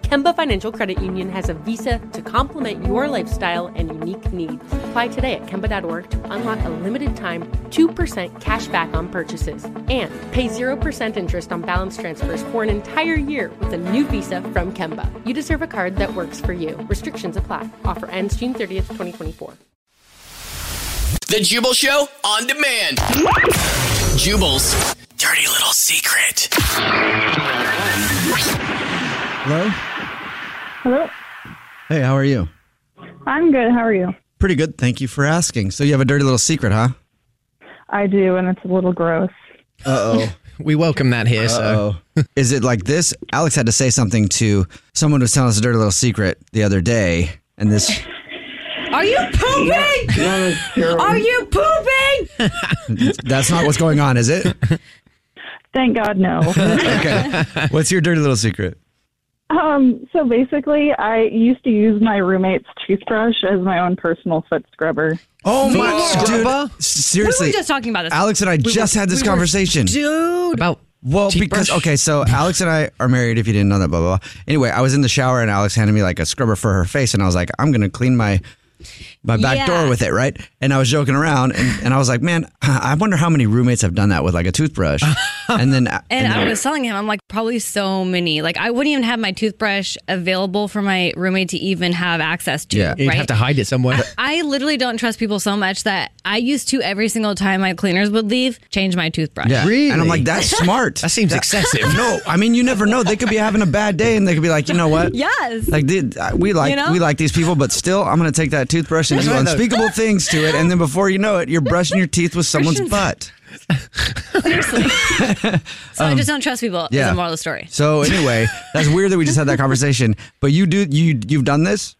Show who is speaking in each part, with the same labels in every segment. Speaker 1: Kemba Financial Credit Union has a visa to complement your lifestyle and unique needs. Apply today at Kemba.org to unlock a limited time 2% cash back on purchases and pay 0% interest on balance transfers for an entire year with a new visa from Kemba. You deserve a card that works for you. Restrictions apply. Offer ends June 30th, 2024.
Speaker 2: The Jubal Show on demand. Jubal's dirty little secret.
Speaker 3: Hello?
Speaker 4: Hello.
Speaker 3: Hey, how are you?
Speaker 4: I'm good. How are you?
Speaker 3: Pretty good. Thank you for asking. So you have a dirty little secret, huh?
Speaker 4: I do, and it's a little gross.
Speaker 3: Uh-oh.
Speaker 5: We welcome that here. So
Speaker 3: Uh-oh. Uh, Is it like this? Alex had to say something to someone who was telling us a dirty little secret the other day, and this
Speaker 6: Are you pooping? Are you pooping?
Speaker 3: that's not what's going on, is it?
Speaker 4: Thank God, no.
Speaker 3: Okay. What's your dirty little secret?
Speaker 4: um, so basically, I used to use my roommate's toothbrush as my own personal foot scrubber.
Speaker 3: Oh
Speaker 5: Foot
Speaker 3: dude,
Speaker 5: scrubber?
Speaker 3: seriously.
Speaker 6: We were just talking about this.
Speaker 3: Alex and I just had this
Speaker 6: we were-
Speaker 3: conversation.
Speaker 6: Dude.
Speaker 5: about
Speaker 3: Well, because okay, so Alex and I are married. If you didn't know that, blah blah. blah. Anyway, I was in the shower and Alex handed me like a scrubber for her face, and I was like, I'm gonna clean my my back
Speaker 6: Yeah.
Speaker 3: door with it, right? And I was joking around, and, and I was like, man, I wonder how many roommates have done that with like a toothbrush. and then
Speaker 7: And I was telling him, I'm like, probably so many. Like, I wouldn't even have my toothbrush available for my roommate to even have access to.
Speaker 3: Yeah.
Speaker 5: You'd
Speaker 7: right?
Speaker 5: have to hide it somewhere.
Speaker 7: I literally don't trust people so much that I used to every single time my cleaners would leave, change my toothbrush.
Speaker 3: yeah. and I'm
Speaker 5: Really?
Speaker 3: like, that's smart.
Speaker 5: That seems excessive.
Speaker 3: no, I mean, you never know. They could be having a bad day, and they could be like, you know what?
Speaker 7: Yes.
Speaker 3: Like dude, I- we like
Speaker 7: You know?
Speaker 3: we like these people, but still, I'm gonna take that toothbrush and do
Speaker 5: right, though.
Speaker 3: unspeakable things to it, and then before you know it, you're brushing your teeth with someone's butt.
Speaker 7: So I just don't trust people. Yeah. Is
Speaker 3: yeah.
Speaker 7: the moral of the story.
Speaker 3: So anyway, that's weird that we just had that conversation. But you do you you've done this?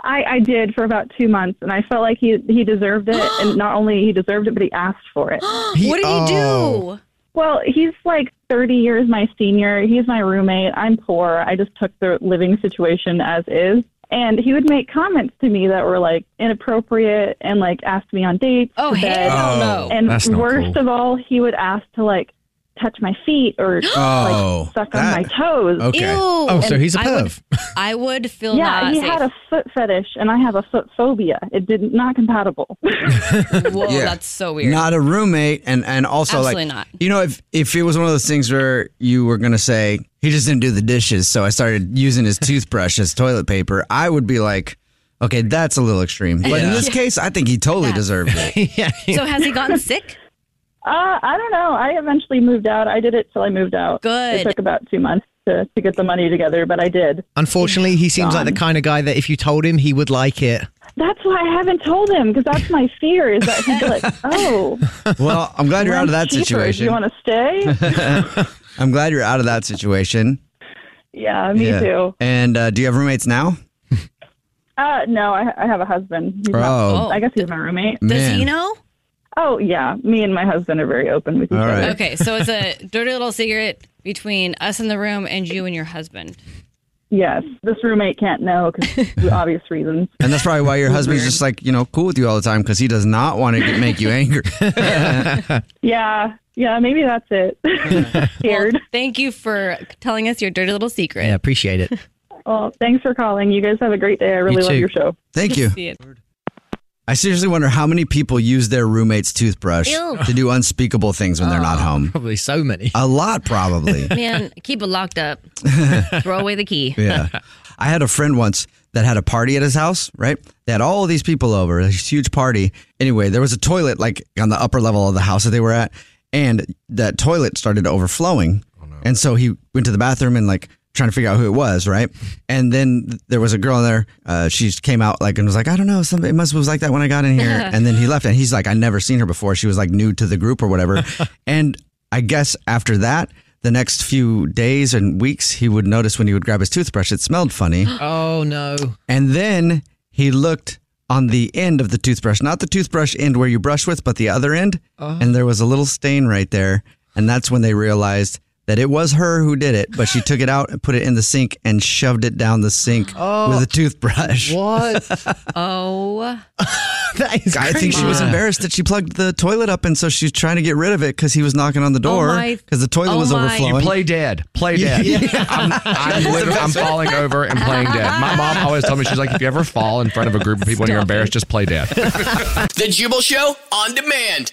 Speaker 4: I, I did for about two months, and I felt like he he deserved it. and not only he deserved it, but he asked for it.
Speaker 7: what did you
Speaker 3: oh.
Speaker 7: do?
Speaker 4: Well, he's like 30 years my senior. He's my roommate. I'm poor. I just took the living situation as is. And he would make comments to me that were like inappropriate and like asked me on dates.
Speaker 7: Oh,
Speaker 4: to bed.
Speaker 7: hell no.
Speaker 4: And
Speaker 5: That's not
Speaker 4: worst
Speaker 5: cool.
Speaker 4: of all, he would ask to like touch my feet or
Speaker 3: Oh,
Speaker 4: like suck
Speaker 3: that-
Speaker 4: on my toes.
Speaker 3: Okay.
Speaker 7: Ew.
Speaker 5: Oh, so he's a
Speaker 7: I would,
Speaker 5: perv.
Speaker 7: I would feel
Speaker 4: Yeah,
Speaker 7: not
Speaker 4: he
Speaker 7: safe.
Speaker 4: had a foot fetish, and I have a foot phobia. It did not compatible.
Speaker 7: Whoa,
Speaker 3: Yeah.
Speaker 7: that's so weird.
Speaker 3: Not a roommate, and and also
Speaker 7: Absolutely
Speaker 3: like
Speaker 7: not.
Speaker 3: you know if if it was one of those things where you were gonna say he just didn't do the dishes, so I started using his toothbrush as toilet paper, I would be like, okay, that's a little extreme. But in this case, I think he totally deserved it.
Speaker 5: yeah.
Speaker 7: so has he gotten sick?
Speaker 4: Uh, I don't know. I eventually moved out. I did it till I moved out.
Speaker 7: Good.
Speaker 4: It took about two months to, to get the money together, but I did.
Speaker 5: Unfortunately, he seems like the kind of guy that if you told him, he would like it.
Speaker 4: That's why I haven't told him because that's my fear is that he'd be like, "Oh,
Speaker 3: Well, I'm glad you're out of that
Speaker 4: rent's cheaper. Do
Speaker 3: situation.
Speaker 4: You want to stay?
Speaker 3: I'm glad you're out of that situation.
Speaker 4: yeah, me
Speaker 3: Yeah.
Speaker 4: too.
Speaker 3: And uh, do you have roommates now?
Speaker 4: Uh, no, I, I have a husband. He's not,
Speaker 3: Oh,
Speaker 7: Oh.
Speaker 4: I guess he's my roommate.
Speaker 7: Does
Speaker 3: man.
Speaker 7: he know?
Speaker 4: Oh yeah, me and my husband are very open with each
Speaker 3: All right.
Speaker 4: other.
Speaker 7: Okay, so it's a dirty little secret between us in the room and you and your husband.
Speaker 4: Yes, this roommate can't know because obvious reasons.
Speaker 3: And that's probably why your husband's just like, you know, cool with you all the time because he does not want to get- make you angry.
Speaker 4: Yeah, yeah, maybe that's it. Scared.
Speaker 7: Thank you for telling us your dirty little secret.
Speaker 5: Yeah, appreciate it.
Speaker 4: Well, thanks for calling. You guys have a great day. I really love
Speaker 5: too.
Speaker 4: your show.
Speaker 3: Thank you.
Speaker 7: See it.
Speaker 3: I seriously wonder how many people use their roommate's toothbrush
Speaker 7: Ew.
Speaker 3: to do unspeakable things when they're not home.
Speaker 8: Probably so many.
Speaker 3: A lot, probably.
Speaker 7: Man, keep it locked up. Throw away the key.
Speaker 3: Yeah. I had a friend once that had a party at his house, right? They had all these people over, this huge party. Anyway, there was a toilet like on the upper level of the house that they were at, and that toilet started overflowing. And so he went to the bathroom and like trying to figure out who it was, right? And then there was a girl in there. Uh, she just came out like and was like, I don't know, something it must was like that when I got in here. and then he left, and he's like, I never seen her before. She was like new to the group or whatever. and I guess after that, the next few days and weeks, he would notice when he would grab his toothbrush, it smelled funny.
Speaker 8: Oh no.
Speaker 3: And then he looked on the end of the toothbrush, not the toothbrush end where you brush with, but the other end.
Speaker 8: Oh.
Speaker 3: And there was a little stain right there. And that's when they realized that it was her who did it, but she took it out and put it in the sink and shoved it down the sink
Speaker 7: Oh.
Speaker 3: with a toothbrush.
Speaker 8: What?
Speaker 7: oh.
Speaker 8: that is
Speaker 3: I think she was embarrassed that she plugged the toilet up, and so she's trying to get rid of it because he was knocking on the door
Speaker 7: Oh my-
Speaker 3: because the toilet
Speaker 7: oh
Speaker 3: was
Speaker 7: my-
Speaker 3: overflowing.
Speaker 9: You play dead. Play
Speaker 3: Yeah.
Speaker 9: dead. I'm, I'm, literally, I'm falling over and playing dead. My mom always told me, she's like, if you ever fall in front of a group of people and you're embarrassed, just play dead.
Speaker 2: The Jubal Show on demand.